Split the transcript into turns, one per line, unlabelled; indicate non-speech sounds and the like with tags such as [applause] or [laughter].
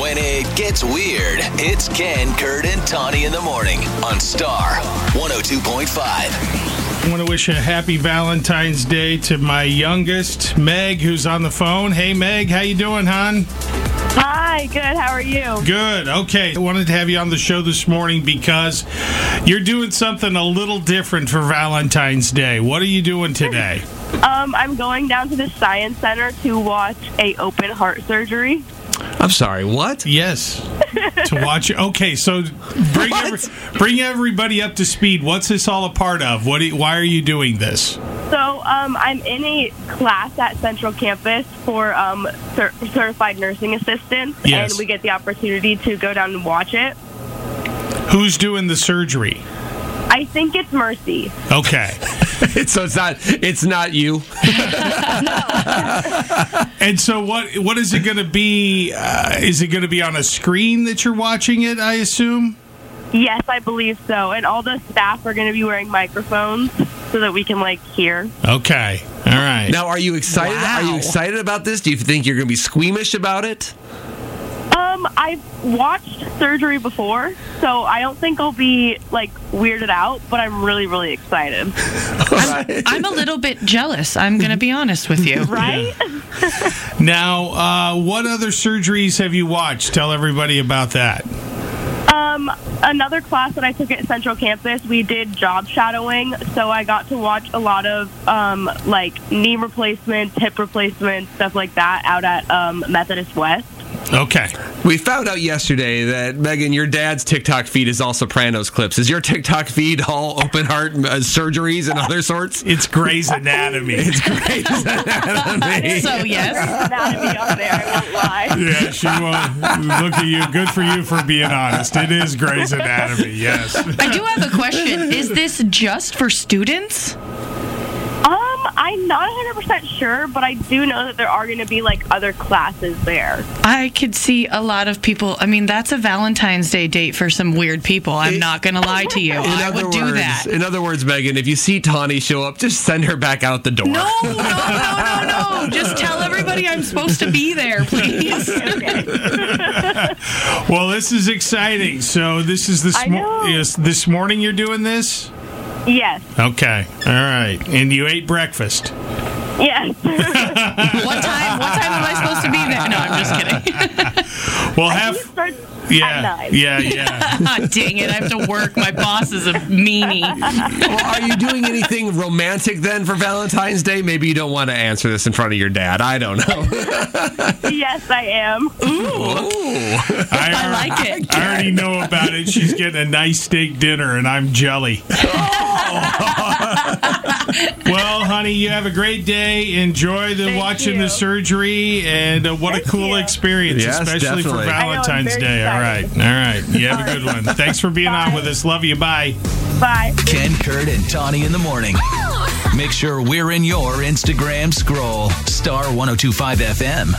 When it gets weird, it's Ken, Kurt, and Tawny in the morning on Star 102.5.
I want to wish a happy Valentine's Day to my youngest, Meg, who's on the phone. Hey, Meg, how you doing, hon?
Hi, good. How are you?
Good. Okay. I wanted to have you on the show this morning because you're doing something a little different for Valentine's Day. What are you doing today?
Um, I'm going down to the Science Center to watch a open heart surgery.
I'm sorry, what?
Yes. To watch. Okay, so bring every, bring everybody up to speed. What's this all a part of? What? Do you, why are you doing this?
So um, I'm in a class at Central Campus for um, cer- certified nursing assistants,
Yes.
and we get the opportunity to go down and watch it.
Who's doing the surgery?
I think it's Mercy.
Okay.
[laughs] so it's not it's not you.
And so, what what is it going to be? Uh, is it going to be on a screen that you're watching it? I assume.
Yes, I believe so. And all the staff are going to be wearing microphones so that we can like hear.
Okay. All right.
Now, are you excited? Are you
Wow.
excited about this? Do you think you're going to be squeamish about it?
Um, I've watched surgery before, so I don't think I'll be like weirded out, but I'm really, really excited.
I'm a little bit jealous. I'm going to be honest
[laughs]
with you.
Right?
now, uh, what other surgeries have you watched? Tell everybody about that.
Um, another class that I took at Central Campus, we did job shadowing, so I got to watch a lot of um, like knee replacements, hip replacements, stuff like that out at um, Methodist West.
Okay.
We found out yesterday that Megan, your dad's TikTok feed is all Sopranos clips. Is your TikTok feed all open heart uh, surgeries and other sorts? [laughs]
It's Grey's Anatomy.
It's great.
So, yes.
That'd be on there, I won't lie.
yeah, she won't. Look at you. Good for you for being honest. It is Grey's Anatomy. Yes.
I do have a question. Is this just for students?
Um, I'm not 100% sure, but I do know that there are going to be like other classes there.
I could see a lot of people. I mean, that's a Valentine's Day date for some weird people. I'm not going to lie to you. I would do
words,
that.
in other words, Megan, if you see Tawny show up, just send her back out the door.
No, no, no, no, no. Just tell everybody I'm supposed to be there, please.
Well, this is exciting. So this is this
I
mo-
know.
yes, this morning you're doing this.
Yes,
Okay. All right. And you ate breakfast.
yes. [laughs]
What time? What time am I supposed to be there? No, I'm just kidding. [laughs]
Well,
It
have
starts at
yeah,
nine.
yeah, yeah.
[laughs]
Ah, dang it! I have to work. My boss is a meanie.
Well, are you doing anything romantic then for Valentine's Day? Maybe you don't want to answer this in front of your dad. I don't know.
Yes, I am.
I,
I
alre-
like it.
I already know about it. She's getting a nice steak dinner, and I'm
[laughs]
jelly.
Oh.
well, honey, you have a great day. Enjoy the
Thank
watching
you.
the surgery, and uh, what a
Thank
cool
you.
experience,
Yes,
especially for
definitely. I
know, I'm
Valentine's
very
Day. All right, all
excited.
right. You have a good
[laughs]
one. Thanks for being on
Bye.
with us. Love you. Bye.
Bye.
Ken, Kurt, and Tawny in the morning. oh Make sure we're in your Instagram scroll. Star 1025 FM.